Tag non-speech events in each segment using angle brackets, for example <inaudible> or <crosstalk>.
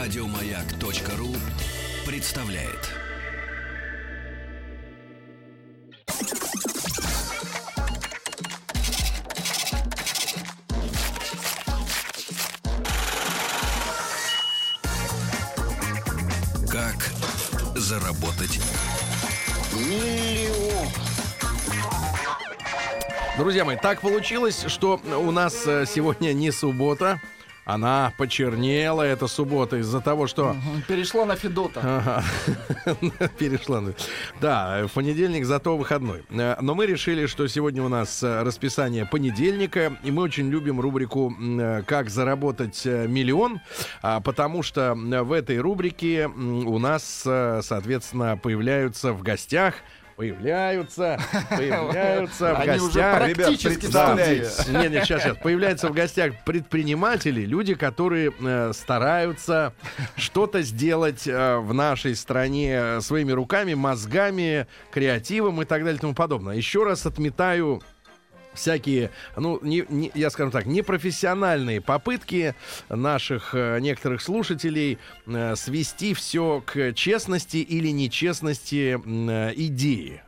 Радиомаяк.ру представляет. Как заработать Друзья мои, так получилось, что у нас э, сегодня не суббота. Она почернела, эта суббота, из-за того, что... Перешла на Федота. Ага. <laughs> Перешла. на- Да, э, в понедельник, зато выходной. Э, Но мы решили, что сегодня у нас э, расписание понедельника, и мы очень любим рубрику м, э, «Как заработать э, миллион», а, потому что э, в этой рубрике м, у нас, э, соответственно, появляются в гостях <laughs> Появляются, появляются в Они уже гостях. практически Да. в <laughs> студии. Не, не, сейчас, сейчас. Появляются в гостях предприниматели, люди, которые э, стараются что-то сделать э, в нашей стране э, своими руками, мозгами, креативом и так далее и тому подобное. Еще раз отметаю всякие, ну, не, не- я скажу так, непрофессиональные попытки наших э, некоторых слушателей э, свести все к честности или нечестности м, э, идеи.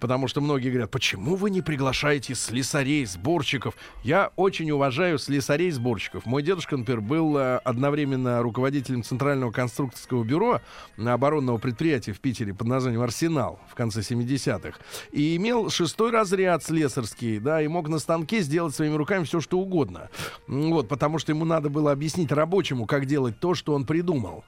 Потому что многие говорят, почему вы не приглашаете слесарей, сборщиков? Я очень уважаю слесарей, сборщиков. Мой дедушка, например, был э, одновременно руководителем Центрального конструкторского бюро оборонного предприятия в Питере под названием «Арсенал» в конце 70-х. И имел шестой разряд слесарский, да, и мог на станке сделать своими руками все, что угодно. М, Вот, потому что ему надо было объяснить рабочему, как делать то, что он придумал.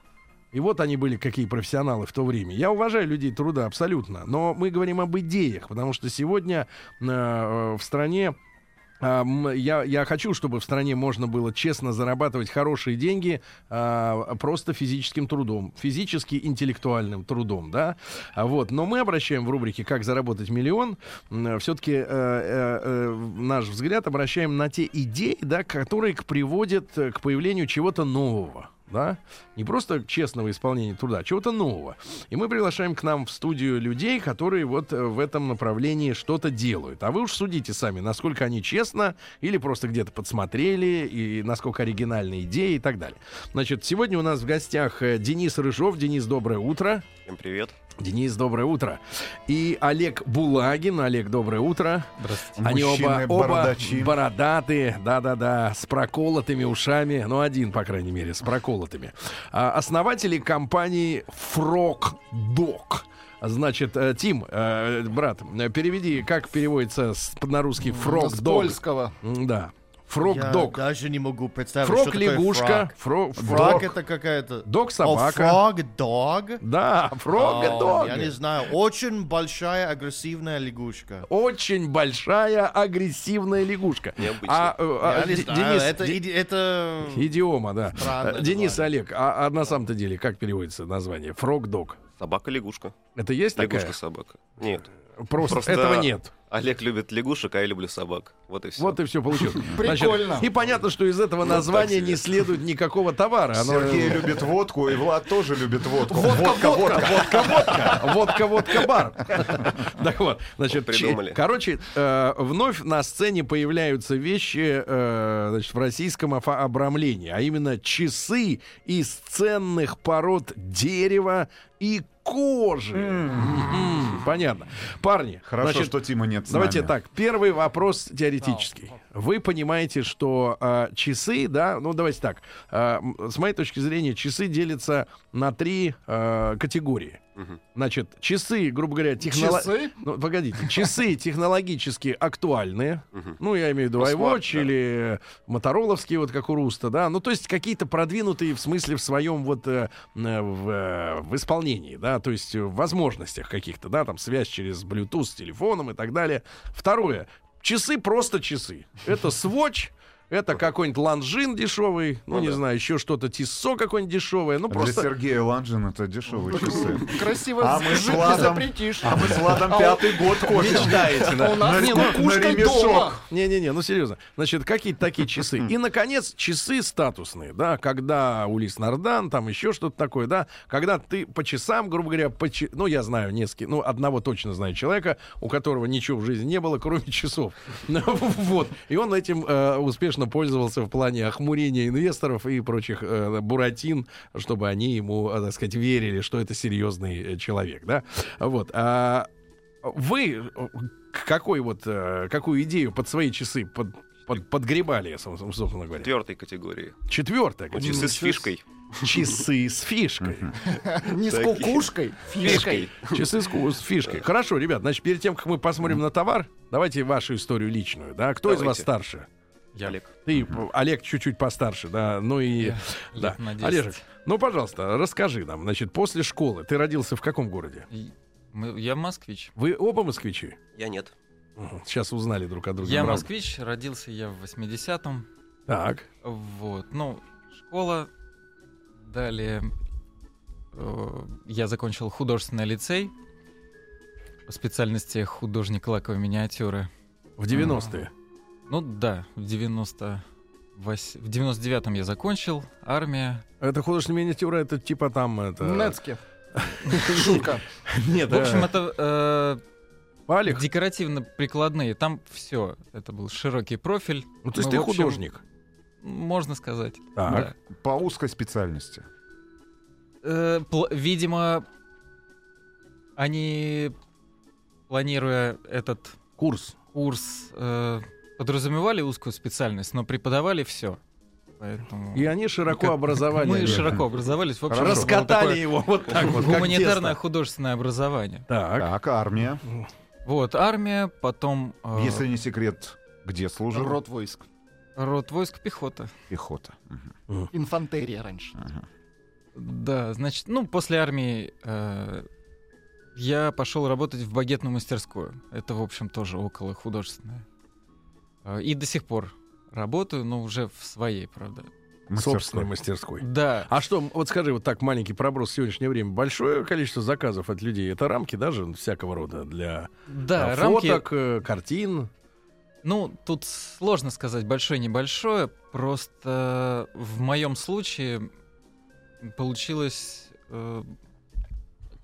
И вот они были какие профессионалы в то время. Я уважаю людей труда абсолютно, но мы говорим об идеях, потому что сегодня э, в стране а, м, Я, я хочу, чтобы в стране можно было честно зарабатывать хорошие деньги а, просто физическим трудом, физически интеллектуальным трудом, да. А Вот. Но мы обращаем в рубрике «Как заработать миллион» э, все-таки э, наш взгляд обращаем на те идеи, да, которые к- приводят э, к появлению чего-то нового. Да? Не просто честного исполнения труда, а чего-то нового. И мы приглашаем к нам в студию людей, которые вот э, в этом направлении что-то делают. А вы уж судите сами, насколько они честно или просто где-то подсмотрели, и насколько оригинальные идеи и так далее. Значит, сегодня у нас в гостях э, Денис Рыжов. Денис, доброе утро. Всем привет. Денис, доброе утро. И Олег Булагин. Олег, доброе утро. Здравствуйте. Они оба, Мужчины, оба бородачи. бородатые, да-да-да, с проколотыми ушами, ну один, по крайней мере, с проколотыми. А, основатели компании Frog Dog. Значит, э, Тим, э, брат, э, переведи, как переводится с- на русский Frog С Dog. польского. М, Да, Frog Я Dog. даже не могу представить, что Frog такое лягушка. фраг. Frog Фраг Frog- это какая-то... Dog собака. О, фраг, дог? Да, Frog А, Dog. Я не знаю. Очень большая агрессивная лягушка. Очень большая агрессивная лягушка. Необычно. А, э, а, Я не Д- знаю, Денис, это... Д- иди- это... Идиома, да. Странное Э, Денис, название. Олег, а, а на самом-то деле как переводится название? Фрог-дог. Собака-лягушка. Это есть такая? Лягушка-собака. Нет. Просто, Просто- этого нет. Олег любит лягушек, а я люблю собак. Вот и все. Вот и все <laughs> получилось. Значит, Прикольно. и понятно, что из этого названия так себе. не следует никакого товара. Оно- э, Сергей любит водку, и Влад тоже любит водку. <laughs> Водка-водка-бар. Так вот, значит, Вот че- придумали. короче, э, вновь на сцене появляются вещи э, значит, в российском афа- обрамлении, а именно часы из ценных пород дерева и кожи. М, Понятно. Парни, Хорошо, значит, что Тима нет с Давайте нами. так. Первый вопрос теоретический. Вы понимаете, что э, часы, да, ну давайте так. э, м, с моей точки зрения, часы делятся на три э, категории. Мгм. Значит, часы, грубо говоря, техноло... Часы? Ну, погодите, часы технологически актуальные. Мгм. Ну, я имею в виду Ну, смарт, iWatch да. или мотороловские, вот как у Руста, да. Ну, то есть какие-то продвинутые в смысле в своем вот э, э, в, э, в исполнении, да, то есть в возможностях каких-то, да, там связь через Bluetooth с телефоном и так далее. Второе. Часы просто часы. Это Swatch, это какой-нибудь ланжин дешевый, ну, Ну не да. знаю, еще что-то, тиссо какое-нибудь дешевое, ну, Для просто... Сергея Ланжина это дешевые часы. Красиво А з- мы с жить не Владом- запретишь. А мы с Владом А пятый год копим. Мечтаете, У да? нас А, На- не на- на кукушка ремешок. дома. Не-не-не, ну серьезно. Значит, какие-то такие часы. И, наконец, часы статусные, да, когда Улис Нардан, там еще что-то такое, да, когда ты по часам, грубо говоря, по чи- ну, я знаю несколько, ну, одного точно знаю <laughs> человека, у которого ничего в жизни не было, кроме часов. Ну, Вот. И он этим э, успешно успешно пользовался в плане охмурения инвесторов и прочих э, буратин, чтобы они ему, э, так сказать, верили, что это серьезный э, человек, да? Вот. А вы э, к какой вот, э, какую идею под свои часы под, под- подгребали, соб- соб- собственно говоря? Четвертой категории. Четвертое. Часы с фишкой. Часы с фишкой. Не с Такие. кукушкой, фишкой. Часы с, ку- с фишкой. Хорошо, ребят, значит, перед тем, как мы посмотрим на товар, давайте вашу историю личную, да? Кто из вас Давайте. старше? Олег. Ты, п- Олег, чуть-чуть постарше, да, ну и... Да. лет на 10. Олежек, ну, пожалуйста, расскажи нам, значит, после школы ты родился в каком городе? И- мы- Я москвич. Вы оба москвичи? Я нет. Сейчас узнали друг о друге. Я Браво. москвич, родился я в 80-м. Так, Вот, ну, школа. Далее э, я закончил художественный лицей по специальности художник лаковой миниатюры. в 90-е. Ну да, в 90 в 99-м я закончил, армия. Это художественная миниатюра, это типа там... Это... Ну, Нецке. Шурка. Нет, В общем, это э, Палик. декоративно-прикладные. Там все. Это был широкий профиль, Ну, то есть ну, ты в общем, художник. можно сказать. Так. да. По узкой специальности. Э, пл- видимо, они, планируя этот Курс. курс, э, подразумевали узкую специальность, но преподавали все. Поэтому И они широко Как- образовали. мы широко образовались. В общем, Хорошо. было такое Раскатали его вот так вот. как гуманитарное тесто. художественное образование. Так. Так, армия. Вот, армия, потом А. э, Если не секрет, где служил? Род войск. род войск, пехота. Пехота. Мгм. Инфантерия раньше. Ага. Да, значит, ну, после армии э, я пошел работать в багетную мастерскую. Это, в общем, тоже около художественное. Э, И до сих пор работаю, но уже в своей, правда. Собственной Мастерской. мастерской. Да. А что, вот скажи, вот так маленький проброс в сегодняшнее время. Большое количество заказов от людей. Это рамки даже всякого рода для Да, э, рамки. фоток, э, картин. Ну, тут сложно сказать большое-небольшое. Просто в моем случае получилось, э,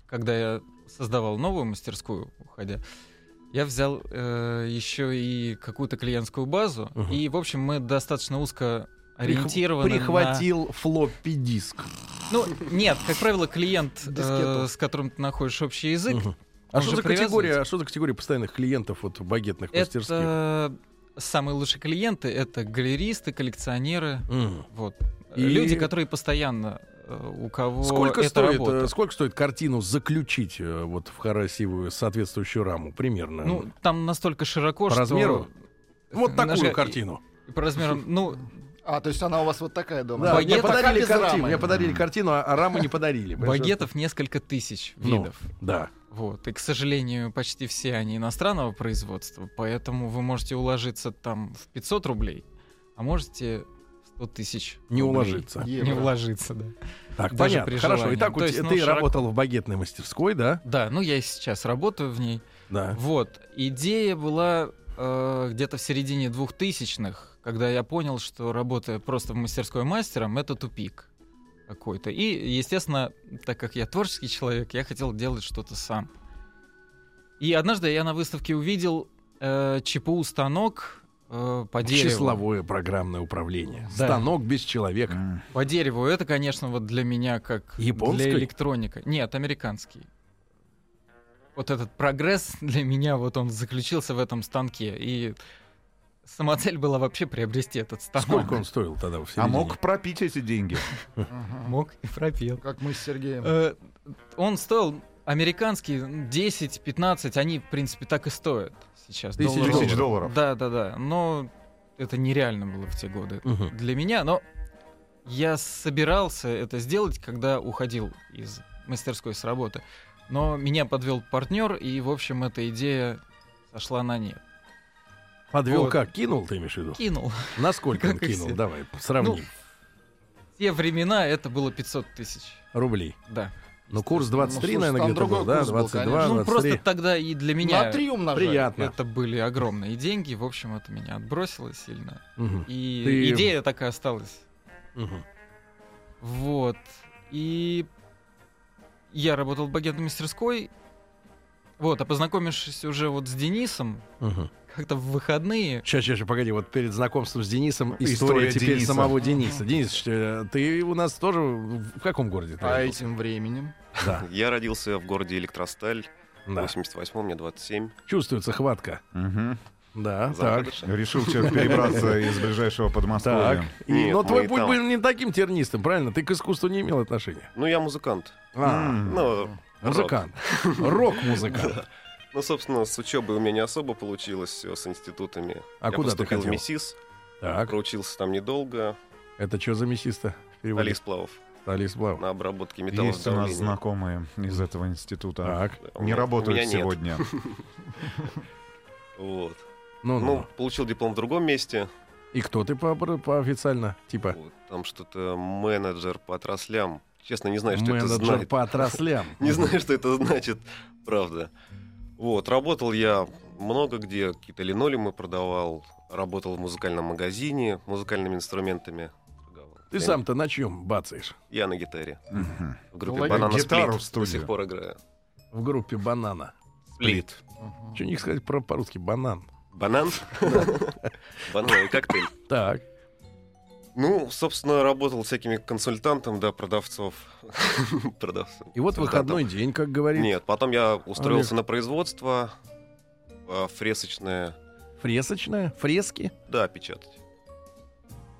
когда я создавал новую мастерскую, уходя, я взял э, еще и какую-то клиентскую базу. Мгм. И, в общем, мы достаточно узко Прих- ориентированы. на- Прихватил флоппи диск. Ну, нет, как правило, клиент, э, Дискету. с которым ты находишь общий язык, Мгм. А Он что же за категория? привязывается. а что за категория постоянных клиентов вот багетных мастерских? это самые лучшие клиенты, это галеристы, коллекционеры. Мгм. Вот. И- Люди, которые постоянно э, у кого Сколько это стоит, работа. э, сколько стоит картину заключить э, вот в красивую соответствующую раму примерно? Ну, там настолько широко, По что... размеру? вот такую Нажми- картину. и- и По <laughs> размерам, ну, А, то есть она у вас вот такая дома. Да, Багет- мне подарили Пока без картину, рамы. мне подарили картину, а а рамы не подарили. понимаешь? багетов несколько тысяч Ну. видов. Да. Вот. И, к сожалению, почти все они иностранного производства, поэтому вы можете уложиться там в 500 рублей, а можете в 100 тысяч Не рублей. уложиться. Не уложиться, да. Так, Даже понятно. при Хорошо. желании. Итак, у То те- есть, ну, ты широко. работал в багетной мастерской, да? Да, ну я и сейчас работаю в ней. Да. Вот, идея была э, где-то в середине двухтысячных, когда я понял, что работая просто в мастерской мастером, это тупик какой-то. И, естественно, так как я творческий человек, я хотел делать что-то сам. И однажды я на выставке увидел э, ЧПУ станок э, по дереву. Числовое программное управление. Да. Станок без человека. М. А По дереву. Это, конечно, вот для меня как Японской? для электроника. Нет, американский. Вот этот прогресс для меня, вот он заключился в этом станке. И самоцель была вообще приобрести этот станок. Сколько он стоил тогда в А середине? мог пропить эти деньги? <laughs> Мог и пропел. Как мы с Сергеем. Э, Он стоил американский 10-15, они, в принципе, так и стоят сейчас. Тысяч долларов. Тысяч долларов. Да, да, да. Но это нереально было в те годы. Мгм. для меня, но я собирался это сделать, когда уходил из мастерской с работы. Но меня подвел партнер, и, в общем, эта идея сошла на нет. Подвел Вот. как? Кинул, ты имеешь в виду? Кинул. Насколько он Как и кинул? все. Давай, сравним. В те времена это было 500 тысяч. Рублей. Да. Ну, курс 23, Ну, слушай, наверное, там где-то был, другой да? курс был, 22, конечно. ну, просто 23. тогда и для На меня три умножаем. Приятно. это были огромные деньги. В общем, это меня отбросило сильно. Мгм. И Ты- идея такая осталась. Мгм. Вот. И я работал в багетной мастерской. Вот, а познакомившись уже вот с Денисом, Мгм. как-то в выходные... Сейчас, сейчас, погоди, вот перед знакомством с Денисом история, История теперь Дениса. самого Дениса. Денис, э, ты у нас тоже в в каком городе? ты А родился? этим временем? Я родился в городе Электросталь. В Да. 88-м, мне 27. Чувствуется хватка. Мгм. Да, так. Загадочно. Решил сейчас перебраться из ближайшего Так. Подмосковья. И- Нет, но мы твой и путь там. был не таким тернистым, правильно? Ты к искусству не имел отношения. Ну, я музыкант. А, М. Ну, <laughs> музыкант. Рок-музыкант. ну, собственно, с учебой у меня не особо получилось, всё, с институтами. А я куда ты поступил в хотел? А МИСИС, Так, проучился там недолго, это что за мясисто? в переводе? Алис Плавов, Алис Блау. на обработке Есть у нас металлов. знакомые из этого института. Так, Не работают сегодня. Вот. ну, Ну, ну. получил диплом в другом месте. И кто ты по, по официально? Типа Вот, там что-то менеджер по отраслям. Честно, не знаю, что это менеджер значит. по отраслям. <laughs> Не знаю, что это значит, правда. Вот, работал я много где, какие-то линолеумы продавал, работал в музыкальном магазине, музыкальными инструментами. торговал. Ты Я- сам-то на чем бацаешь? Я на гитаре. Мгм. В группе Лови «Банана гитару Сплит» в до студию. сих пор играю. В группе банана. Сплит. Мгм. Что не сказать про по-русски банан? Банан? <laughs> Банановый коктейль. Так. Ну, собственно, работал всякими консультантом, да, продавцов. <laughs> Продавцом. И вот Консультантом. выходной день, как говорит. А, Нет, потом я устроился на производство а, фресочное, Фресочная, фрески. да, печатать.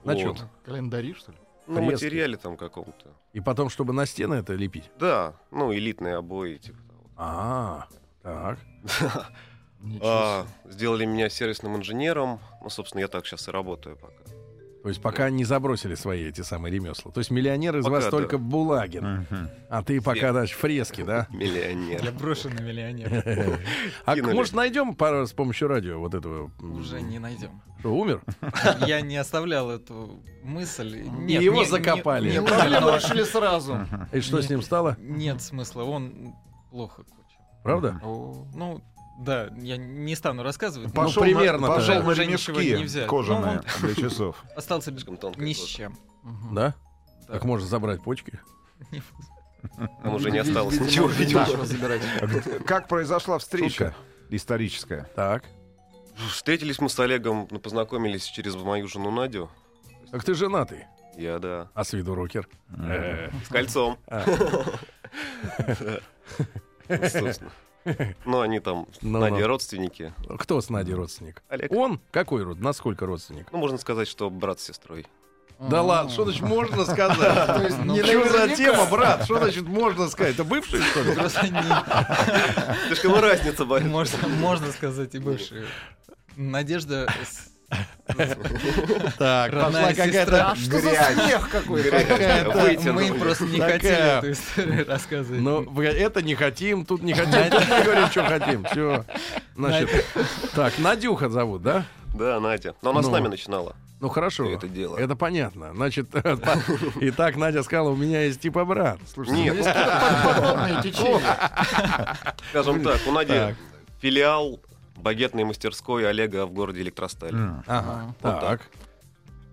На Вот. чем? Календари, что ли? На Фрески? материале там каком-то. И потом, чтобы на стены это лепить. Да, ну, элитные обои, типа того. А, так. Ничего А, себе. сделали меня сервисным инженером. Ну, собственно, я так сейчас и работаю <laughs> пока. То есть пока не забросили свои эти самые ремесла. То есть миллионер из Пока вас да. только Булагин. Мгм. А ты пока, значит, фрески, да? <laughs> Я Миллионер. брошенный миллионер. А Кинули. может найдем пару с помощью радио вот этого? м, Уже <laughs> не найдем. Что, <laughs> умер? Я не оставлял эту мысль. Нет, его не- не- закопали. не- Нет, Проблему решили сразу. Мгм. И что с ним стало? Нет смысла, он плохо кончил. Правда? Ну, да, я не стану рассказывать. но Пошел примерно на, так. пошел на Уже ничего не ремешки взять. кожаные Ну, для часов. остался Слишком тонкая ни с кожа. чем. Мгм. Да? Да. Так можно забрать почки? Не- Там уже не Видимо, осталось видимо, ничего, видимо. нечего забирать. Как произошла встреча историческая? Так. Встретились мы с Олегом, ну, познакомились через мою жену Надю. Так ты женатый, Я, да. а с виду рокер. Э, С кольцом. А. <laughs> <laughs> Да. Вот, собственно. Ну, они там, Ну, Надя, ну. родственники. Кто с Надей родственник? Олег. Он? Какой род? Насколько родственник? Ну, можно сказать, что брат с сестрой. Да ладно, что значит можно сказать? <laughs> То есть Ну, не Что за наверняка. тема, брат? Что значит можно сказать? Это бывший, что ли? <laughs> Просто не- Слишком <laughs> разница большая. можно- можно сказать и бывшие. Надежда с- Так, Родная пошла какая-то... сестра. А что за смех <laughs> какой-то? Это Выйти мы на- просто не Такая- хотели эту историю рассказывать. Ну, бля, это не хотим, тут не хотим, тут мы говорим, что хотим. Все. Значит, так, Надюха зовут, да? Да, Надя. Но она с Ну. нами начинала. Ну хорошо. Это дело. Это понятно. Значит, <laughs> и так Надя сказала, у меня есть типа брат. Нет, ну, Подобное Ну, течение. скажем так, у Нади Так. филиал багетной мастерской Олега в городе Электросталь. М. Ага, так.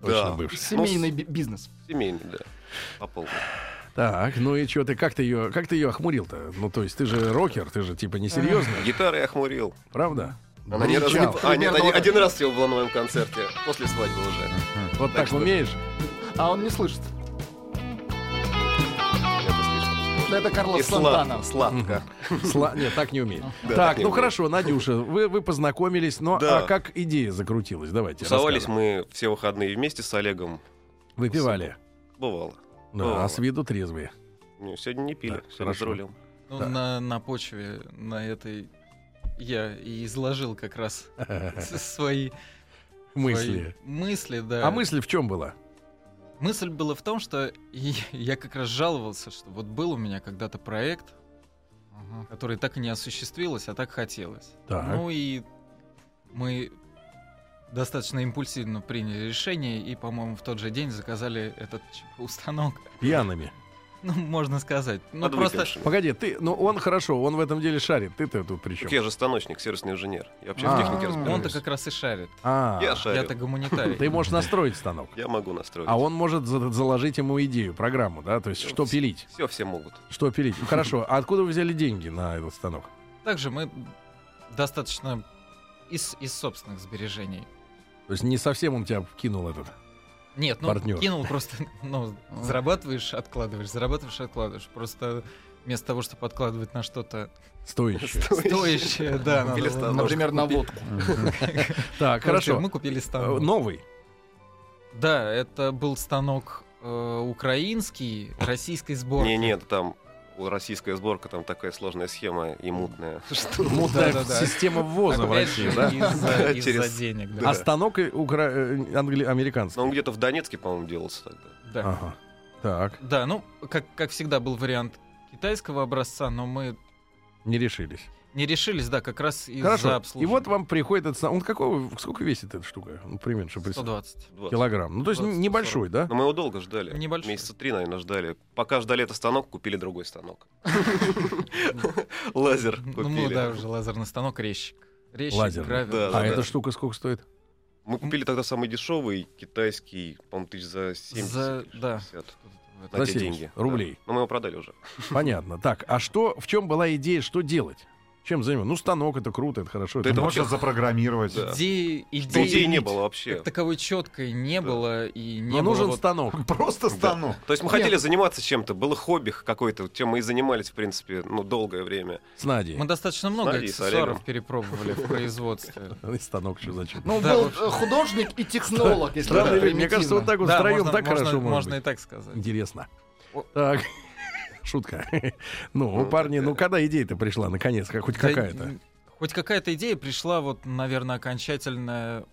Да. Точно бывший. Семейный би- бизнес. Семейный, да. По полной. Так, ну и что ты, как ты ее, как ты ее охмурил-то? Ну то есть ты же рокер, ты же типа несерьезный, Гитарой я охмурил. правда? Она ни разу не- Бричал. А, нет, Примерно один, вот один раз всего была на моем концерте. После свадьбы уже. Вот так что- умеешь? А он не слышит. Это слишком. Это И Карлос сладко. Сантана. Сладко. Сла- Нет, так не умеет. Да, так так, не ну умею. хорошо, Надюша, вы, вы познакомились, но Да. а как идея закрутилась? Давайте. Тусовались рассказывай. мы все выходные вместе с Олегом. Выпивали. Бывало. Да, Бывало. а с виду трезвые. <laughs> Ну, сегодня не пили, Да, сегодня хорошо. за рулем. Ну, Да. на, на почве, на этой я и изложил как раз с- свои Мысли. свои мысли, да. А мысль в чем была? Мысль была в том, что и- я как раз жаловался, что вот был у меня когда-то проект, который так и не осуществилось, а так хотелось. Так. Ну и мы достаточно импульсивно приняли решение и, по-моему, в тот же день заказали этот устанок. Пьяными. <laughs> Ну, можно сказать. Ну, просто Подвыпившими. Погоди, ты, ну он хорошо, он в этом деле шарит. Ты-то тут при чем? Так я же станочник, сервисный инженер. Я вообще А. в технике разбираюсь. Ну, он-то как раз и шарит. А, Я шарю. Я-то <laughs> гуманитарий. ты можешь настроить станок. Я могу настроить. А он может за- заложить ему идею, программу, да? То есть, Ну, что с- пилить? Все, все могут. Что Ну, пилить? Хорошо, а откуда вы взяли деньги на этот станок? Также мы достаточно из, из собственных сбережений. То есть не совсем он тебя вкинул этот. Нет, ну Партнёр. кинул <laughs> просто, ну, зарабатываешь, откладываешь, зарабатываешь, откладываешь. Просто вместо того, чтобы откладывать <laughs> на что-то <laughs> Стоящий. стоящее, да, надо Или было- станок. Например, на водку. Так, Короче, хорошо. Мы купили Э, <laughs> станок. Новый. Да, это был станок э, украинский, российской сборки. Не, нет, там у- российская сборка, там такая сложная схема и мутная. Что? Мутная да, да. система ввоза в Опять России, же, да? из-за из-за <laughs> Через- денег, А да. станок и укра- э, англи- Но американский. он где-то в Донецке, по-моему, делался тогда. Да. Ага. Так, Да, ну, как, как всегда, был вариант китайского образца, но мы не решились. не решились, да, как раз из-за Хорошо. И обслуживания. вот вам приходит этот станок. Он какого, сколько весит эта штука? Ну, примерно, чтобы представить. 120. 20. Килограмм. Ну, то есть 20-40. небольшой, да? Но мы его долго ждали. Небольшой. Месяца три, наверное, ждали. Пока ждали этот станок, купили другой <laughs> станок. Лазер Ну, мы, да, купили. уже лазерный станок, резчик. Резчик, Лазерный. гравер. Да, да, А да. эта штука сколько стоит? Мы купили тогда самый дешевый китайский, по-моему, тысяч за 70. За- или да. 60. За На те 70 деньги. да. рублей. Но мы его продали уже. Понятно. Так, а что, в чем была идея, что делать? Чем займем? Ну, станок, это круто, это хорошо. Да Это это можно вообще- запрограммировать. Да. Идеи, идеи, Идеи не было вообще. как таковой четкой не было и не Мне было. нужен вот- станок. Просто стану. То есть мы хотели заниматься чем-то, было хобби какое-то, чем мы и занимались, в принципе, ну, долгое время. С Надей. Мы достаточно много Смотри, с аксессуаров Олегом. перепробовали в <laughs> производстве. И станок что зачем? Ну, Да, был в общем. э, художник и технолог, если Странно, так ведь, мне кажется, вот примитивно. так вот Да, втроем можно- так можно- хорошо Можно можно. и так сказать. Интересно. О. Так. <laughs> Шутка. <laughs> Ну, Ну, парни, ну такая. когда идея-то пришла, наконец, как- хоть Да, какая-то? м, Хоть какая-то идея пришла вот, наверное, окончательно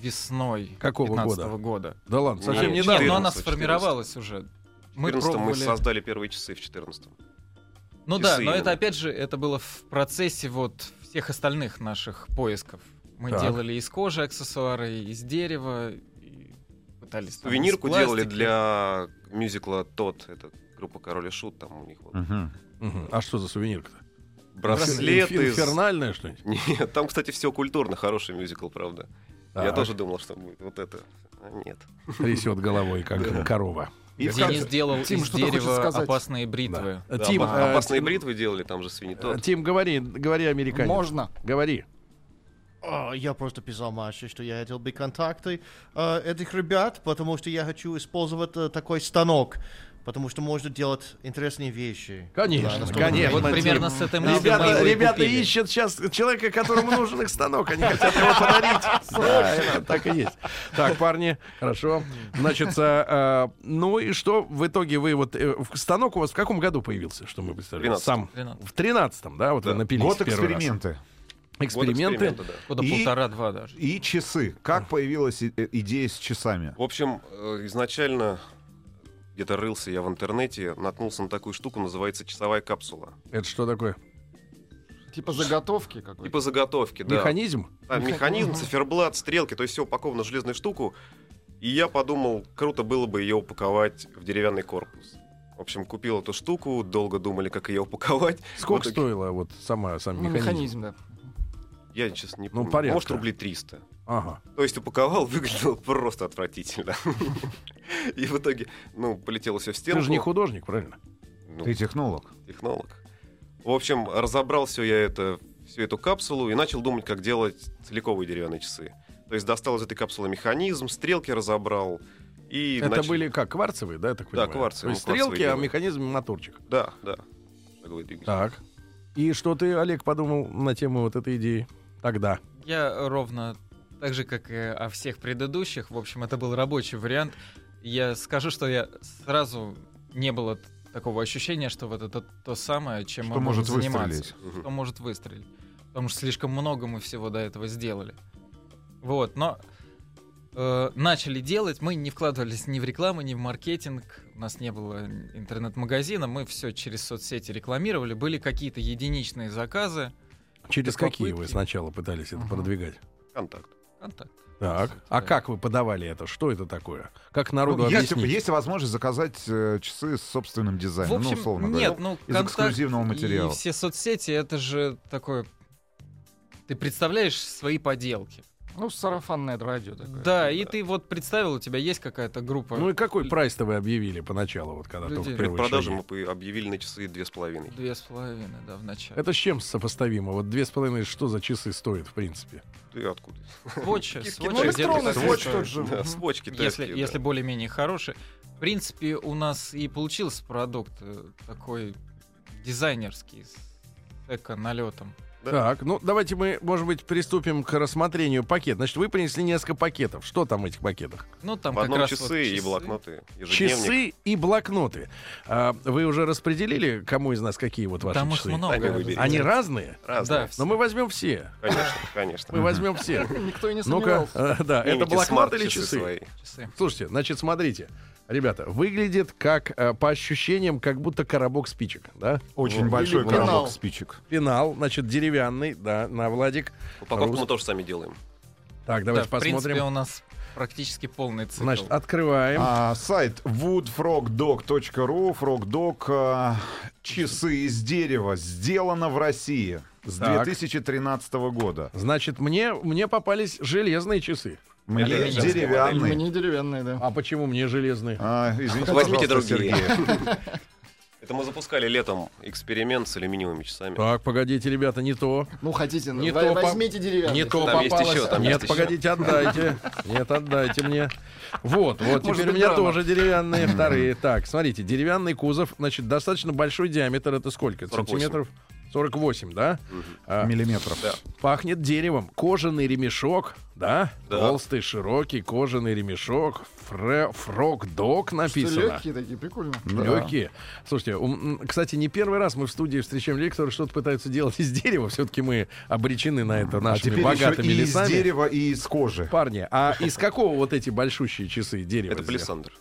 весной Какого 15 года. Да ладно, совсем Нет, недавно. Нет, но она 14, сформировалась уже. В Мы 14 мы пробовали. создали первые часы в 14 Ну да, часы но это именно. опять же, это было в процессе вот всех остальных наших поисков. Мы Так. делали из кожи аксессуары, из дерева, и пытались. там из Сувенирку делали пластика. для мюзикла «Тот», это группа «Король и Шут», там у них вот Мгм. Мгм. А что за сувенирка-то? браслеты. с- Инфернальное что-нибудь? Нет, там, кстати, все культурно, хороший мюзикл, правда. Я Так, тоже думал, что будет вот это. А нет. А, <laughs> Трясет головой, как корова. И в Денис конце- делал Тим, из что ты хочешь дерева сказать? опасные бритвы. Да. Да, а Тим, опа- э, опасные Тим- бритвы делали, там же свиньи Э, тот. Тим, говори, говори американец. Можно. Говори. А, Я просто писал Маше, что я хотел бы контакты э, этих ребят, потому что я хочу использовать э, такой станок, потому что можно делать интересные вещи. Да, Конечно, настолько конечно. Вот Тим. примерно с этой мыслью мы его Ребята, и ребята купили. ищут сейчас человека, которому нужен их станок. а Они хотят его подарить. Да, Так и есть. Так, парни, хорошо. Значит, а, э, ну и что в итоге вы вот... э, в- Станок у вас в каком году появился, что мы представляем? 13-м. Сам. 13. В 13-м, да, вот вы Да. напились Год первый раз. эксперименты. Вот Эксперименты. да. Года И- полтора-два даже. И часы. Как появилась и- э, идея с часами? В общем, э, изначально где-то рылся я в интернете, наткнулся на такую штуку, называется часовая капсула. Это что такое? Типа заготовки Ну, какой-то. Типа заготовки, да. Механизм? Там механизм, циферблат, стрелки, то есть все упаковано в железную штуку. И я подумал, круто было бы ее упаковать в деревянный корпус. В общем, купил эту штуку, долго думали, как ее упаковать. <laughs> Сколько Вот и- стоило вот сама сам Ну, механизм? Механизм, да. Я сейчас не Ну, помню. порядка. Может, рублей 300. Ага. То есть упаковал, <laughs> выглядело просто отвратительно. <laughs> И в итоге, ну, полетело все в стенку. Ты же не художник, правильно? Ну, Ты технолог. технолог. В общем, разобрал все я это, всю эту капсулу и начал думать, как делать целиковые деревянные часы. То есть достал из этой капсулы механизм, стрелки разобрал и Это начал- были как, кварцевые, да, я так Да, понимаю? кварцевые, То есть ну, кварцевые стрелки, а делаю. механизм моторчик. Да, да. Шаговые двигатели. Так. И что ты, Олег, подумал на тему вот этой идеи тогда? Я ровно так же, как и о всех предыдущих, в общем, это был рабочий вариант. Я скажу, что я сразу не было т- такого ощущения, что вот это то самое, чем Что мы может будем заниматься. выстрелить? Мгм. Что может выстрелить. Потому что слишком много мы всего до этого сделали. Вот, но э, начали делать, мы не вкладывались ни в рекламу, ни в маркетинг, у нас не было интернет-магазина, мы все через соцсети рекламировали, были какие-то единичные заказы. Через Это какие вы попытки. сначала пытались это Мгм. продвигать? Контакт. Контакт. Так. Кстати, А да. как вы подавали это? Что это такое? Как народу Ну, есть, объяснить? есть возможность заказать э, часы с собственным В дизайном. общем, ну, условно говоря. нет, ну, из контакт эксклюзивного материала. И все соцсети, это же такое... Ты представляешь свои поделки. Ну, сарафанное радио такое. Да, и ты вот представил, у тебя есть какая-то группа. Ну и какой прайс-то вы объявили поначалу, вот когда Людей. только первые Предпродажи шаги? мы по- объявили на часы 2,5. Две с половиной, да, в начале. Это с чем сопоставимо? Вот две с половиной что за часы стоит, в принципе? Ты откуда? Свочи, Ки- свочи китайские. Ну, где-то Электронный стоят. сводч тот же. Да, сводч если, китайский. да. если более-менее хороший. В принципе, у нас и получился продукт э, такой дизайнерский, с эко-налетом. Да. Так, ну давайте мы, может быть, приступим к рассмотрению пакет. Значит, вы принесли несколько пакетов. Что там в этих пакетах? Ну, там В как одном раз часы, вот и блокноты. Ежедневник. Часы и блокноты. А, вы уже распределили, кому из нас какие вот ваши Там их часы? много. Таня выберет. Они разные? Разные. Да. Но мы возьмем все. Конечно, конечно. Мы возьмем <laughs> все. Никто и не Ну-ка, сомневался. э, да, это Снимите блокнот или смарт-часы часы? свои. Часы. Слушайте, значит, смотрите. Ребята, выглядит как, э, по ощущениям, как будто коробок спичек, да? Очень большой Или коробок пенал. спичек. Пенал, значит, деревянный, да, на Владик. Упаковку Рус- мы тоже сами делаем. Так, Да, давайте в принципе, посмотрим. у нас практически полный цикл. Значит, открываем. А, сайт woodfrogdog.ru, frogdog, а, часы из дерева, сделано в России с Так. 2013 года. Значит, мне, мне попались железные часы. Мне Конечно. деревянный. Мне деревянные, да. А почему мне железные? А, извините, Возьмите пожалуйста, другие. Сергей. Это мы запускали летом эксперимент с алюминиевыми часами. Так, погодите, ребята, не то. Ну, хотите, Не во- то по- возьмите деревянные. Не то Там есть попалось. еще, там Нет, есть еще. погодите, отдайте. Нет, отдайте мне. Вот, вот, теперь у меня тоже деревянные вторые. Так, смотрите, деревянный кузов, значит, достаточно большой диаметр. Это сколько? 48. Сантиметров? 48, <laughs> да? А, Миллиметров. Пахнет деревом. Кожаный ремешок, да? Да. Толстый, широкий, кожаный ремешок. Фре- Фрок-дог Что, написано. легкие такие, прикольно. Легкие. Слушайте, у- м, кстати, не первый раз мы в студии встречаем людей, которые что-то пытаются делать из дерева. Все-таки мы обречены на это А нашими теперь еще богатыми и из лесами. дерева, и из кожи. Парни, а из какого вот эти большущие часы дерева? Это сделаны? палисандр.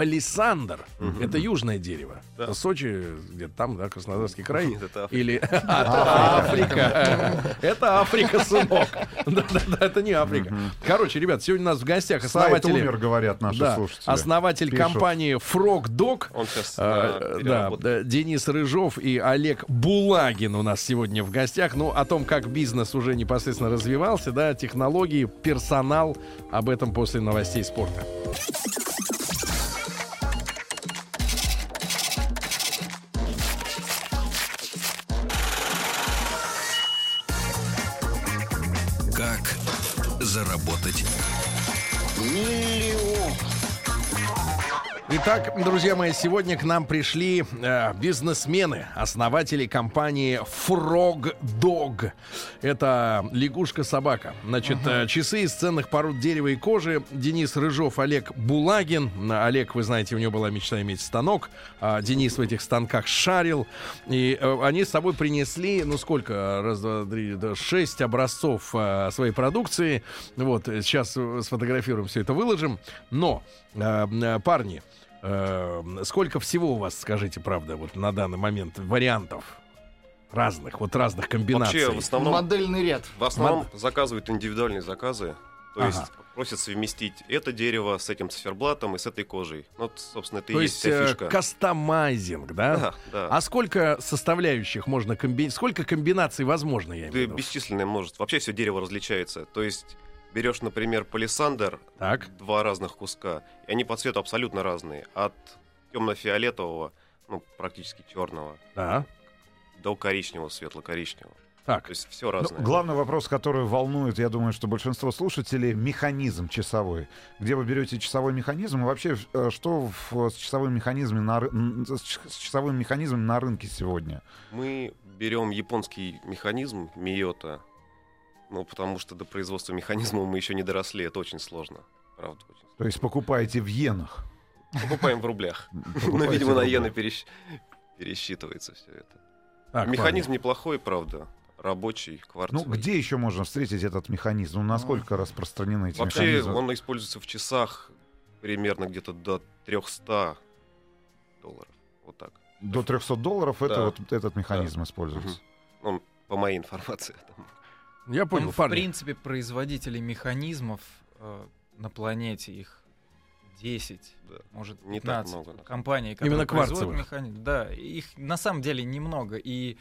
Палисандр. Это южное дерево. Да. Это Сочи, где-то там, да, Краснодарский край. Нет, это Африка. Или <laughs> А, это Африка. Это Африка, сынок. Да-да-да, это не Африка. Короче, ребят, сегодня у нас в гостях Сайт основатели... умер, говорят наши Да, слушатели. основатель Пишут. компании Frog Dog. Он сейчас А, на Да, переработке. да, Денис Рыжов и Олег Булагин у нас сегодня в гостях. Ну, о том, как бизнес уже непосредственно развивался, да, технологии, персонал. Об этом после новостей спорта. Как заработать? Итак, друзья мои, сегодня к нам пришли э, бизнесмены, основатели компании Frog Dog. Это лягушка-собака. Значит, э, часы из ценных пород дерева и кожи. Денис Рыжов, Олег Булагин. М, Олег, вы знаете, у него была мечта иметь станок. А Денис в этих станках шарил. И э, они с собой принесли, ну сколько, раз, два, три, да, шесть образцов э, своей продукции. Вот, э, сейчас э, сфотографируем все это, выложим. Но, э, э, парни, э, сколько всего у вас, скажите, правда, вот на данный момент вариантов разных, вот разных комбинаций? Вообще, в основном, Модельный ряд. в основном заказывают индивидуальные заказы. То есть просят совместить это дерево с этим циферблатом и с этой кожей. Ну, вот, собственно, это То и есть есть вся э, фишка. кастомайзинг, да? Да, да. А сколько составляющих можно комбинировать? Сколько комбинаций возможно, я Да имею в виду? бесчисленное множество. Вообще все дерево различается. То есть берешь, например, палисандр, Так. два разных куска, и они по цвету абсолютно разные. От темно-фиолетового, ну, практически черного, Да. до коричневого, светло-коричневого. Так. То есть все Ну, разное. главный вопрос, который волнует, я думаю, что большинство слушателей, механизм часовой. Где вы берете часовой механизм и вообще э, что в- с часовым механизмом на, ры- м, с ч- с часовым механизмом на рынке сегодня? Мы берем японский механизм Миота, ну, потому что до производства механизма мы еще не доросли, это очень сложно. Правда, очень сложно. То есть покупаете в <laughs> йенах. Покупаем в рублях. Но, <laughs> Покупаете Ну, видимо, в на рублях. иены пересч- пересчитывается все это. Так, Механизм неплохой, правда. Рабочий, Ну, кварцевый. где еще можно встретить этот механизм? Ну, насколько распространены эти Вообще, механизмы? он используется в часах примерно где-то до 300 долларов. Вот так. До 300 долларов это Да. вот этот механизм используется. Ну, по моей информации. парни. Я Там, понял, Ну, в парни. принципе, производителей механизмов э, на планете их 10, Да. может, Не так 15 много. А компаний, которые Именно производят кварцевых. механи- Да, их на самом деле немного. И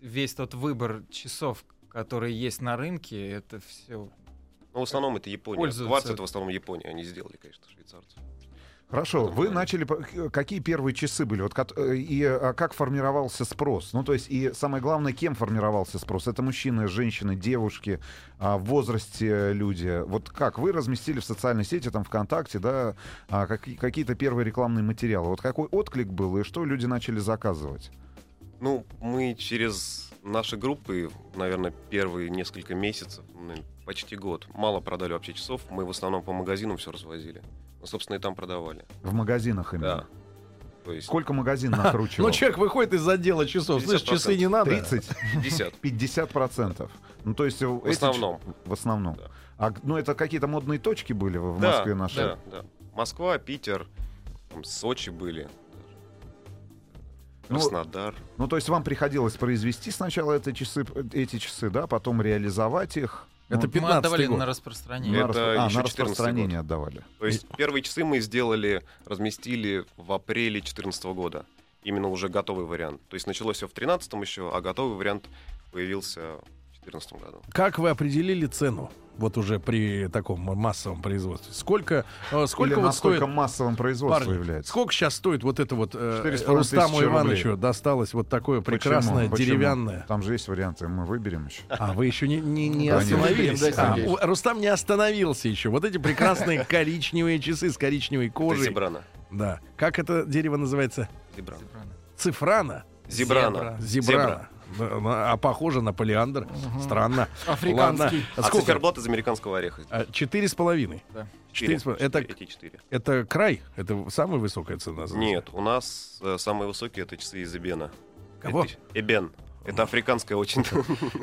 весь тот выбор часов, которые есть на рынке, это все Но Ну, в основном это Япония. Пользуются. 20 в основном Япония они сделали, конечно, швейцарцы. Хорошо, вы Потом говорим. начали... по- Какие первые часы были? Вот, кат- э, и а, как формировался спрос? Ну, то есть, и самое главное, кем формировался спрос? Это мужчины, женщины, девушки, а, в возрасте люди. Вот как? Вы разместили в социальной сети, там, ВКонтакте, да, а, каки- какие-то первые рекламные материалы. Вот какой отклик был, и что люди начали заказывать? Ну, мы через наши группы, наверное, первые несколько месяцев, ну, почти год, мало продали вообще часов. Мы в основном по магазинам все развозили. Ну, собственно, и там продавали. В магазинах именно. Да. То есть Сколько магазин накручивал? <laughs> Ну, человек выходит из отдела часов. Слышь, 50%. часы не надо. 30? 50. 50 процентов. Ну, то есть... В основном. В основном. Да. А, ну, это какие-то модные точки были в <laughs> в Да, Москве наши? Да, да. Москва, Питер, там, Сочи были. Ну, Краснодар. Ну, то есть вам приходилось произвести сначала эти часы, эти часы да, потом реализовать их. Это Ну, Мы 15 отдавали год. на на, распространение. это распро- а, еще на 14 распространение отдавали. То есть первые часы мы сделали, разместили в апреле 2014 года. Именно уже готовый вариант. То есть началось все в 2013 еще, а готовый вариант появился в 2014 году. Как вы определили цену? Вот уже при таком массовом производстве. Сколько, э, сколько Или вот насколько стоит... массовым производство Парни, является? сколько сейчас стоит вот это вот э, 4,5 Рустаму тысячи Ивановичу досталось вот такое Почему? прекрасное Почему? деревянное? Там же есть варианты, мы выберем еще. А вы еще не, не, не Да, нет. остановились? Выберем, да, А, Сергей. у- Рустам не остановился еще. Вот эти <laughs> прекрасные коричневые часы с коричневой Это кожей. Зебрана. Да. Как это дерево называется? Зебрана. Цифрана? Зебрана. Зебрана. Да, на- А похоже на полиандр. Странно. Африканский. Ладно. А Сколько? циферблат из американского ореха. А, Четыре с половиной. Четыре с половиной. Это, Эти четыре. это край? Это самая высокая цена? за- Нет, у нас э, самые высокие это часы из Эбена. Кого? Это- Эбен. Это африканское очень...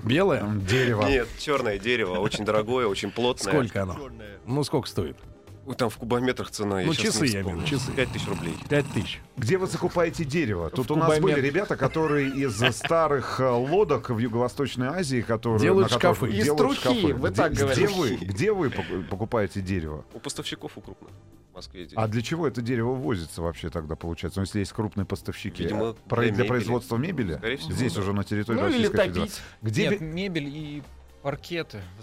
Белая? Там дерево. <laughs> Нет, черное дерево, очень дорогое, очень плотное. Сколько оно? Ну, сколько стоит? Ой, Там в кубометрах цена. Ну, щас часы, не я имею в виду, вспомню. часы. Пять тысяч рублей. Пять тысяч. Где вы закупаете дерево? Тут В у нас были Кубамет. ребята, которые из старых э, лодок в Юго-Восточной Азии, которые Делают на которых шкафы. Из делают трухи, шкафы. вы Где- так Где говорите. вы, где вы пок- покупаете дерево? У поставщиков у крупных в Москве здесь. А для чего это дерево возится вообще тогда, получается? Ну, если есть крупные поставщики, Видимо, а, про- для для, мебели. производства мебели, Скорее всего, здесь да. уже на территории Ну или Российской Федерации. топить. Где Нет, ви- мебель и паркеты. В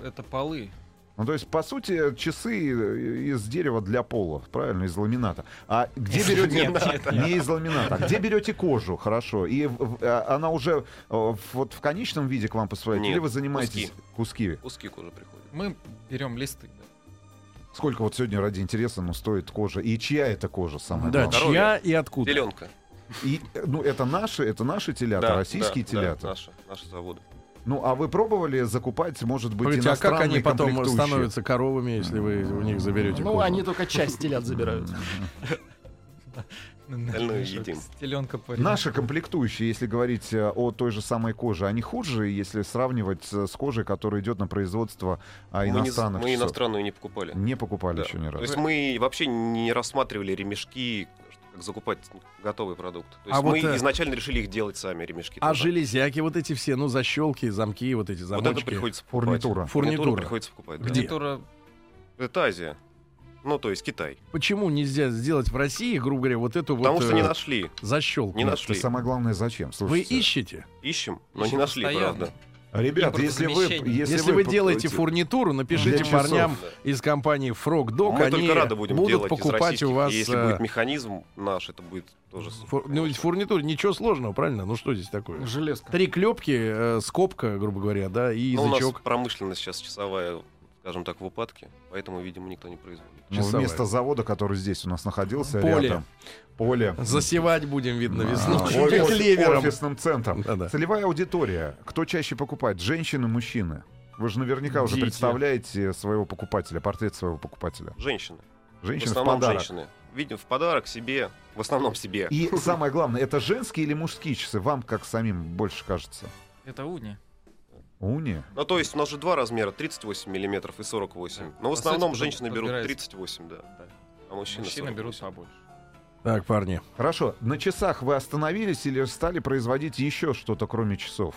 М. это полы. Ну, то есть, по сути, часы э, из дерева для пола, правильно, из ламината. А где берете... Нет, <laughs> нет, нет. Не из ламината. А где берете кожу, хорошо? И в- в- а, она уже э, вот в конечном виде к вам поступает? Нет, Или вы занимаетесь... Куски. Узкие кожи приходят. Мы берем листы. да. Сколько вот сегодня ради интереса, ну, стоит кожа? И чья это кожа самая Да, главная? Здоровье. чья и откуда? Зеленка. И, э, ну, это наши, это наши телята, российские телята. наши, наши заводы. Ну, а вы пробовали закупать, может быть, Скажите, а как иностранные они потом комплектующие? становятся коровами, если вы у них заберете Ну, кожу? они только часть телят забирают. Остальное едим. Ну, Стеленка парень. Наши комплектующие, если говорить э, о той же самой коже, они хуже, если сравнивать э, с с кожей, которая идет на производство а, Мы, не, иностранных мы часов? иностранную не покупали. Не покупали Да. еще ни То разу. есть мы вообще не рассматривали ремешки, как закупать готовый продукт. То есть А вот, мы э, изначально решили их делать сами, ремешки. А тоже. железяки вот эти все, ну, защелки, замки, вот эти Вот это замочки. приходится покупать. Фурнитура. Фурнитура. приходится покупать. да. Где? Фурнитура Это Азия. Ну, то есть Китай. Почему нельзя сделать в России, грубо говоря, вот эту Потому вот что не э, нашли. защелку? Не Нет, нашли. и самое главное, зачем? Вы Слушайте, ищете? Ищем, но не Ищем нашли, постоянно. правда. Ребят, если вы, импортозамещение. если, Если, вы по- делаете эти- фурнитуру, напишите Для часов. парням из компании Frog Dog, Мы они только рады будем будут делать из покупать у российских. вас... И если э, будет механизм наш, это будет тоже... супер, фур- Ну, ведь в конечно. фурнитуре ничего сложного, правильно? Ну, что здесь такое? Железка. Три клепки, э, скобка, грубо говоря, да, и Ну, у нас язычок. промышленность сейчас часовая, скажем так, в упадке, поэтому, видимо, никто не производит. ну, часовая. вместо завода, который здесь у нас находился Поле. рядом, поле, Засевать будем, видно, весну. А, Чуть офис- <laughs> клевером. Офисным центром. Да-да. Целевая аудитория. Кто чаще покупает? Женщины, мужчины? Вы же наверняка уже Дети. представляете своего покупателя, портрет своего покупателя. Женщины. в Женщины в основном подарок. женщины. Видим, в подарок себе, в основном себе. <laughs> И самое главное, это женские или мужские часы? Вам как самим больше кажется? это уни. Уни? Ну, то есть у нас же два размера, 38 миллиметров и 48. Но А в По основном сути, женщины берут подбирается. 38, да. А мужчины, Мужчины 48. берут побольше. Так, парни. Хорошо. На часах вы остановились или стали производить еще что-то, кроме часов?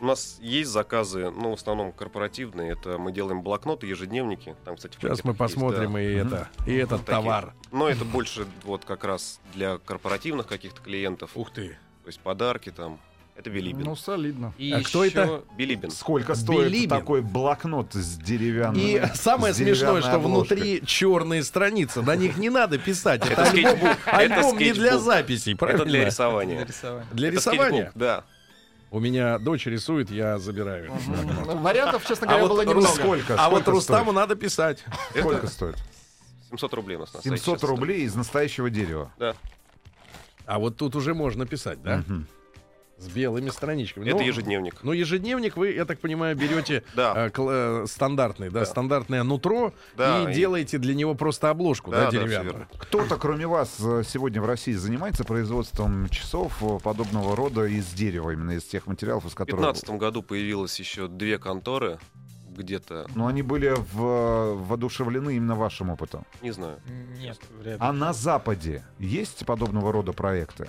У нас есть заказы, ну, в основном корпоративные. Это мы делаем блокноты, ежедневники. Там, кстати, в Сейчас пакетах мы есть, посмотрим да. Ну, и Мгм. это, и этот такие. товар. Но это больше вот как раз для корпоративных каких-то клиентов. Ух ты. То есть подарки там. Это Билибин. Ну, солидно. И А кто это? ещё- Билибин. Сколько стоит Билибин. такой блокнот с деревянным? И самое с смешное, деревянной что обложкой? внутри черные страницы. На них не надо писать. Это альбом, скетчбук. Это <laughs> альбом не для скетчбук. записей, правильно? Это для рисования. Нарисовать. Для Это рисования. скетчбук, Да. У меня дочь рисует, я забираю. Ну, Вариантов, честно говоря, было Рус- немного. Сколько? А вот Сколько Рустаму надо писать. стоит? Сколько стоит? 700 рублей у нас на сайте 700 сейчас рублей из настоящего дерева. стоит. Да. А вот тут уже можно писать, да? Мгм. С белыми страничками. Это Ну, ежедневник. Ну, ежедневник вы, я так понимаю, берете Да. э, кл- э, стандартный, да, Да. стандартное нутро Да, и и- делаете для него просто обложку, да, Да, да, всё деревянную. верно. Кто-то, кроме вас, э, сегодня в России занимается производством часов э, подобного рода из дерева, именно из тех материалов, а, из В которых... 2015 году появилось еще две конторы. Где-то, Но они были в, э, воодушевлены именно вашим опытом. не знаю. Нет, вряд ли. А на Западе есть подобного рода проекты?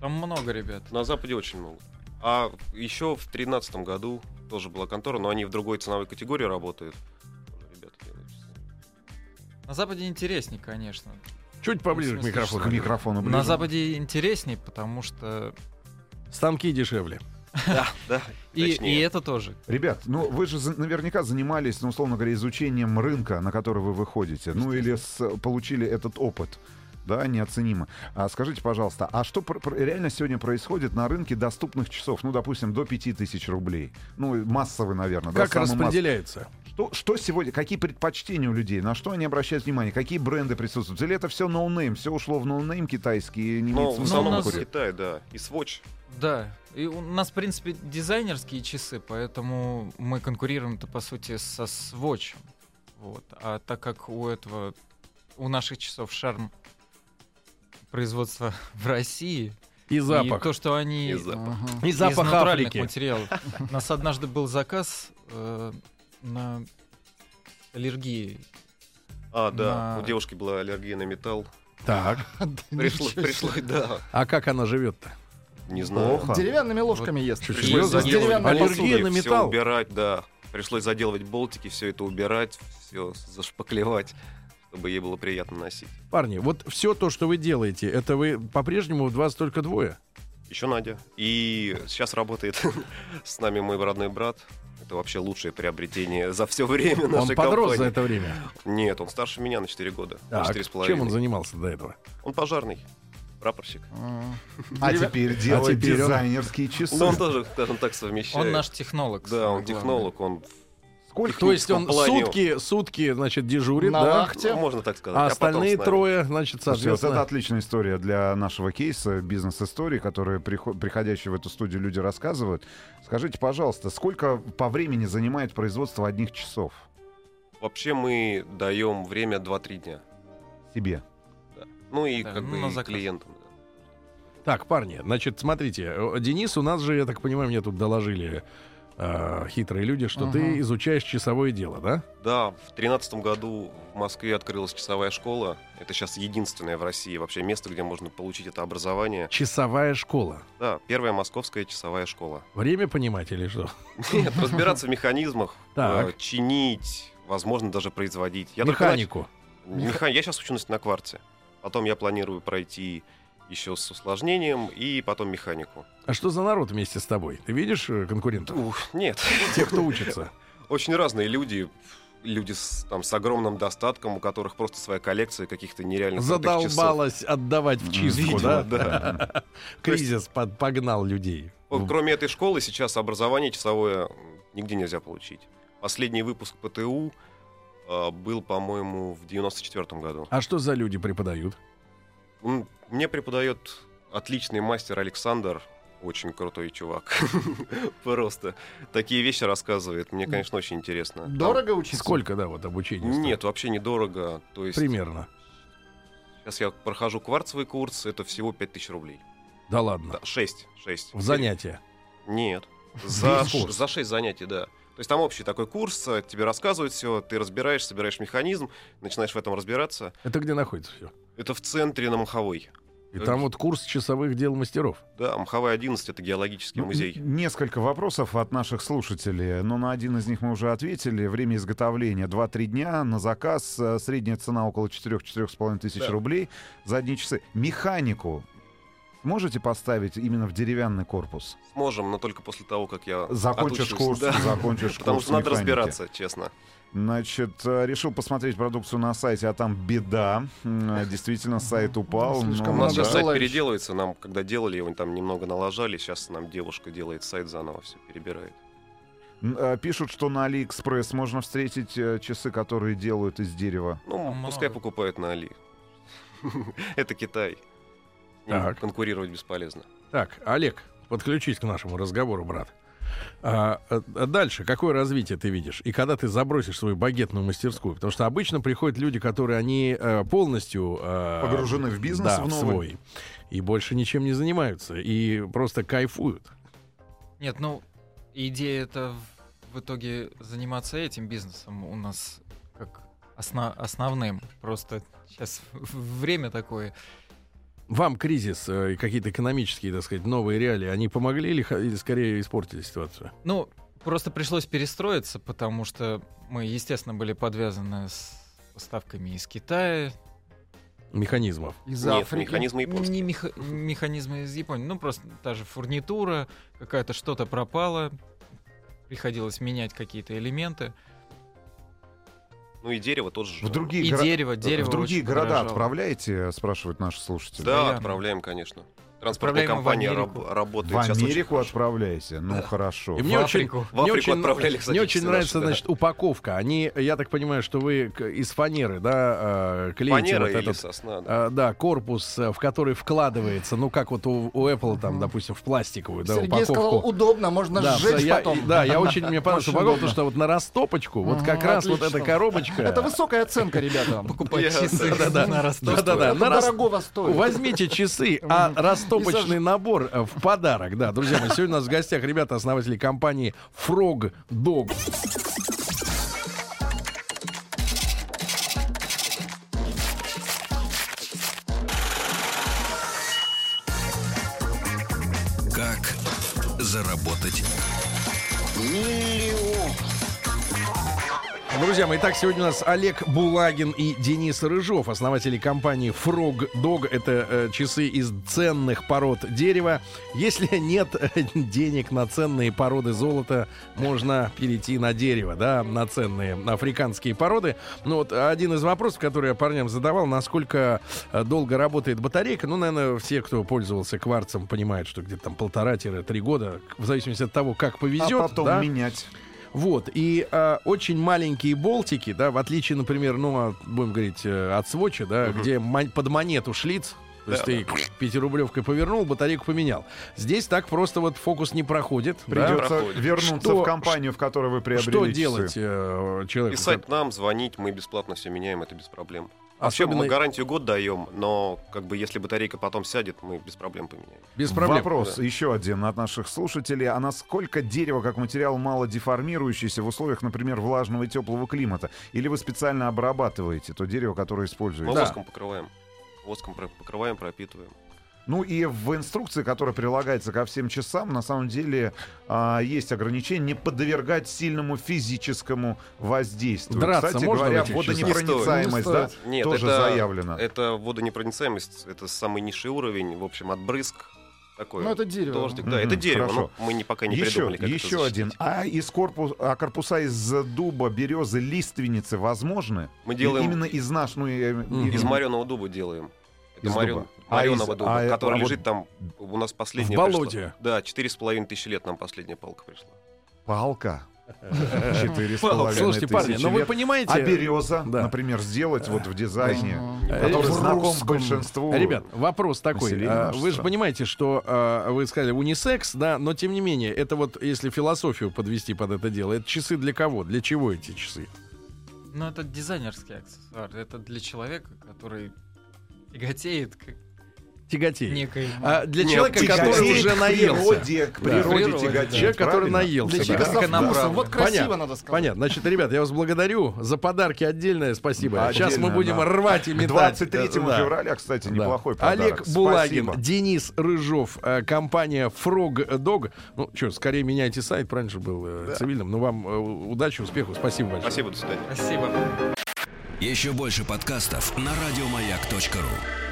Там много ребят. На Западе очень много. А еще в 2013 году тоже была контора, но они в другой ценовой категории работают. Ребята делают часы. На Западе интересней, конечно. Ну, Чуть поближе к В смысле, микрофону. К микрофону На ближе. Западе интересней, потому что... Станки дешевле. Да, да. И, Точнее. и это тоже. Ребят, ну вы же за- наверняка занимались, ну, условно говоря, изучением рынка, на который вы выходите. Ну или с- получили этот опыт. Да, неоценимо. А скажите, пожалуйста, а что пр- пр- реально сегодня происходит на рынке доступных часов? Ну, допустим, до 5000 рублей. Ну, и массовый, А наверное. да, Как самый массовый. распределяется? Что, что сегодня, какие предпочтения у людей, на что они обращают внимание, какие бренды присутствуют? Или это все ноунейм, все ушло в ноунейм китайские, Но немецкие? в ну, основном у ну, нас- из Китая, да. И Swatch. Да. И у нас, в принципе, дизайнерские часы, поэтому мы конкурируем-то, по сути, со Swatch. Вот. А так как у этого, у наших часов шарм производства <laughs> в России, И запах. и то, что они И запах. Мгм. И запах из натуральных Африки. материалов. У нас однажды был заказ э, на аллергии. А, да. На- У девушки была аллергия на <laughs> металл. Так. <laughs> Пришлось, пришлось, да. А как она живет-то? Не знаю. Плохо. Деревянными ложками ест. Чуть Из ли не Пришлось за- заделывать деревянной аллергия посуды. посуды, на всё металл. убирать, да. Пришлось заделывать болтики, все это убирать, все зашпаклевать, чтобы ей было приятно носить. Парни, вот все то, что вы делаете, это вы по-прежнему в вас только двое. Еще Надя. И сейчас работает <laughs> с нами мой родной брат. Это вообще лучшее приобретение за все время Он нашей подрос компании. за это время. Нет, он старше меня на 4 года. на Так, 4,5. чем он занимался до этого? Он пожарный. Прапорщик. Мгм. А теперь делают теперь он- дизайнерские часы. Но Ну, он тоже, скажем так, совмещает. Он наш технолог. Да, самое он главное. технолог, он... Сколько? То есть он техническом плане- сутки, сутки, значит, дежурит, На да? вахте. Хотя- ну, можно так сказать. А Я потом остальные с нами. трое, значит, Слушайте, вот это соответственно... отличная история для нашего кейса, бизнес-истории, которые приход- приходящие в эту студию люди рассказывают. Скажите, пожалуйста, сколько по времени занимает производство одних часов Вообще мы даем время 2-3 дня. себе? Ну и Да, как ну, бы на и заказ. клиентам. да. Так, парни, значит, смотрите, э, Денис, у нас же, я так понимаю, мне тут доложили э, хитрые люди, что ты Мгм. изучаешь часовое дело, да? Да, в тринадцатом году в Москве открылась часовая школа. Это сейчас единственное в России вообще место, где можно получить это образование. Часовая школа. Да, первая московская часовая школа. <laughs> Время понимать или что? Нет, разбираться в механизмах, Так. э, чинить, возможно, даже производить. Я только Механику. нач- Меха- Я сейчас учусь на кварте. Потом я планирую пройти еще с усложнением и потом механику. А что за народ вместе с тобой? Ты видишь э, <laughs> конкурентов? Ух, нет. Те, кто <laughs> учится. Очень разные люди. Люди с, там, с огромным достатком, у которых просто своя коллекция каких-то нереальных крутых часов. Задолбалось отдавать в чистку, Видимо, да? да. Кризис под- погнал людей. Вот Кроме этой школы, сейчас образование часовое нигде нельзя получить. Последний выпуск ПТУ э, был, по-моему, в 94 году. А что за люди преподают? М, Мне преподает отличный мастер Александр, очень крутой чувак. <laughs> Просто такие вещи рассказывает. Мне, конечно, очень интересно. Там- Дорого учиться? Сколько, да, вот обучение? стоит? Нет, вообще недорого. То есть Примерно. сейчас я прохожу кварцевый курс, это всего 5000 рублей. Да ладно. 6, 6. В занятия. <laughs> Нет. За, Весь ш- курс? за 6 занятий, да. То есть там общий такой курс, э, тебе рассказывают все, ты разбираешь, собираешь механизм, начинаешь в этом разбираться. Это где находится все? Это в центре на Маховой. И Как там же. вот курс часовых дел мастеров. Да, Маховая 11 — это геологический Ну, музей. н- Несколько вопросов от наших слушателей, но на один из них мы уже ответили. Время изготовления 2-3 дня, на заказ э, средняя цена около 4-4,5 тысяч рублей за одни часы. Механику можете поставить именно в деревянный корпус? Сможем, но только после того, как я Закончишь отучусь, курс, да. закончишь <laughs> Потому курс что надо механики. разбираться, честно. Значит, э, решил посмотреть продукцию на сайте, а там беда. М, э, Действительно, сайт упал. слишком ну, У нас да. сейчас сайт Ловишь. переделывается, нам когда делали его, там немного налажали, сейчас нам девушка делает сайт заново, все перебирает. Н- э, Пишут, что на Алиэкспресс можно встретить э, часы, которые делают из дерева. Ну, Много. пускай покупают на Али. <laughs> Это Китай. С ним Так. Конкурировать бесполезно. Так, Олег, подключись к нашему разговору, брат. А, э, э, дальше, какое развитие ты видишь? И когда ты забросишь свою багетную мастерскую? Потому что обычно приходят люди, которые они э, полностью э, Погружены в бизнес, да, в новый. свой. И больше ничем не занимаются. И просто кайфуют. Нет, ну, идея это в- в итоге заниматься этим бизнесом у нас как осна- основным. Просто сейчас время такое. Вам кризис э, и какие-то экономические, так сказать, новые реалии, они помогли или, ха- или скорее испортили ситуацию? Ну, просто пришлось перестроиться, потому что мы, естественно, были подвязаны с поставками из Китая. Механизмов. Из Нет, Африки. механизмы Ну, японские. Не меха- механизмы из Японии. Ну, просто та же фурнитура, какая-то что-то пропало. Приходилось менять какие-то элементы. Ну и дерево тоже В другие, И горо- дерево, дерево. в другие очень города дорожало. отправляете, спрашивают наши слушатели. Да, Понятно. отправляем, конечно. Транспортная Отправляем в компания Америку. раб- работает В сейчас очень Америку хорошо. отправляйте. Ну хорошо. И В мне очень, Африку. В мне Африку очень, отправляли, мне кстати, очень наши, нравится, да. значит, упаковка. Они, я так понимаю, что вы к- из фанеры, да, э, клеите Фанера вот или этот, сосна, да. э, да, корпус, э, в который вкладывается, ну как вот у, у Apple там, допустим, в пластиковую, да, Сергей сказал, упаковку. удобно, можно Да, сжечь я, потом. да, я очень мне понравилась упаковка, Очень удобно. потому что вот на растопочку, вот Мгм, как раз вот эта отлично. коробочка. Это высокая оценка, ребята. Покупать Я- <laughs> часы да-да-да. на Ростов. Да-да-да, Это на рас- дорогого стоит. Возьмите часы, а растопочный набор э, в подарок. Да, друзья мои, сегодня у нас в гостях ребята, основатели компании Frog Dog. Как заработать? Друзья мои, итак, сегодня у нас Олег Булагин и Денис Рыжов, основатели компании Frog Dog. Это э, часы из ценных пород дерева. Если <laughs> нет э, денег на ценные породы золота, можно перейти на дерево, да, на ценные африканские породы. Ну вот один из вопросов, который я парням задавал, насколько э, долго работает батарейка. Ну, наверное, все, кто пользовался кварцем, понимают, что где-то там полтора-три года, в зависимости от того, как повезет. а потом да. менять. Вот, и э, очень маленькие болтики, да, в отличие, например, ну, от, будем говорить, э, от Свочи, да, где мон- под монету шлиц, то есть ты пятирублевкой повернул, батарейку поменял. Здесь так просто вот фокус не проходит. да. Придется проходит. вернуться Что- в компанию, в которой вы приобрели Что часы. делать э, человеку? Писать нам, звонить, мы бесплатно все меняем, это без проблем. Вообще Особенно мы гарантию год даем, но как бы если батарейка потом сядет, мы без проблем поменяем. без проблем. Вопрос еще один от наших слушателей. А насколько дерево как материал мало деформирующийся в условиях, например, влажного и теплого климата? Или вы специально обрабатываете то дерево, которое Мы Ну, используете? воском покрываем. Воском про- покрываем, пропитываем. Ну и в инструкции, которая прилагается ко всем часам, на самом деле а, есть ограничение не подвергать сильному физическому воздействию. Драться Кстати можно в говоря, этих часах? водонепроницаемость, Не да, стоит. Нет, тоже это, заявлена. это водонепроницаемость, это самый низший уровень, в общем, отбрызг такой. Ну, это дерево. Дождик, да, Мгм, это дерево, хорошо. но мы не, пока не еще придумали, как это еще защитить. один. А из корпус, а корпуса из дуба, березы, лиственницы возможны? Мы И- делаем именно из наш, ну и- Мгм. и- из мореного дуба делаем. Это Из морен- дуба. А мореного из- дуба, а, который а вот- лежит там у нас последняя В пришла. болоте. Да, четыре с половиной тысячи лет нам последняя палка пришла. <laughs> палка. Четыре с половиной Слушайте, парни, тысячи ну вы лет. понимаете... А береза, Да. например, сделать вот в дизайне, Мгм. Э, который в знаком русском. большинству. Ребят, вопрос такой. население А, нашей Вы же страны. понимаете, что а, вы сказали унисекс, да, но тем не менее, это вот если философию подвести под это дело, это часы для кого? Для чего эти часы? Ну, это дизайнерский аксессуар. Это для человека, который <laughs> тяготеет к Тяготеет. некой... А, для Нет, человека, который Тяготеет уже к наелся. природе, к Да. природе Природе, тяготеет, да. Человек, который правильно? наелся. Для да. человека со вкусом. Целенаправленно. Вот красиво Понятно. надо сказать. Понятно. Значит, ребят, я вас благодарю за подарки отдельное спасибо. Отдельно, Сейчас мы будем да. рвать и К метать. 23 Да. февраля, кстати, Да. неплохой подарок. Олег Булагин, Спасибо. Денис Рыжов, э, компания Frog Dog. Ну что, скорее меняйте сайт, раньше был э, цивильным. Ну вам э, удачи, успеху, спасибо большое. Спасибо, до свидания. Спасибо. Еще больше подкастов на радиомаяк.ру.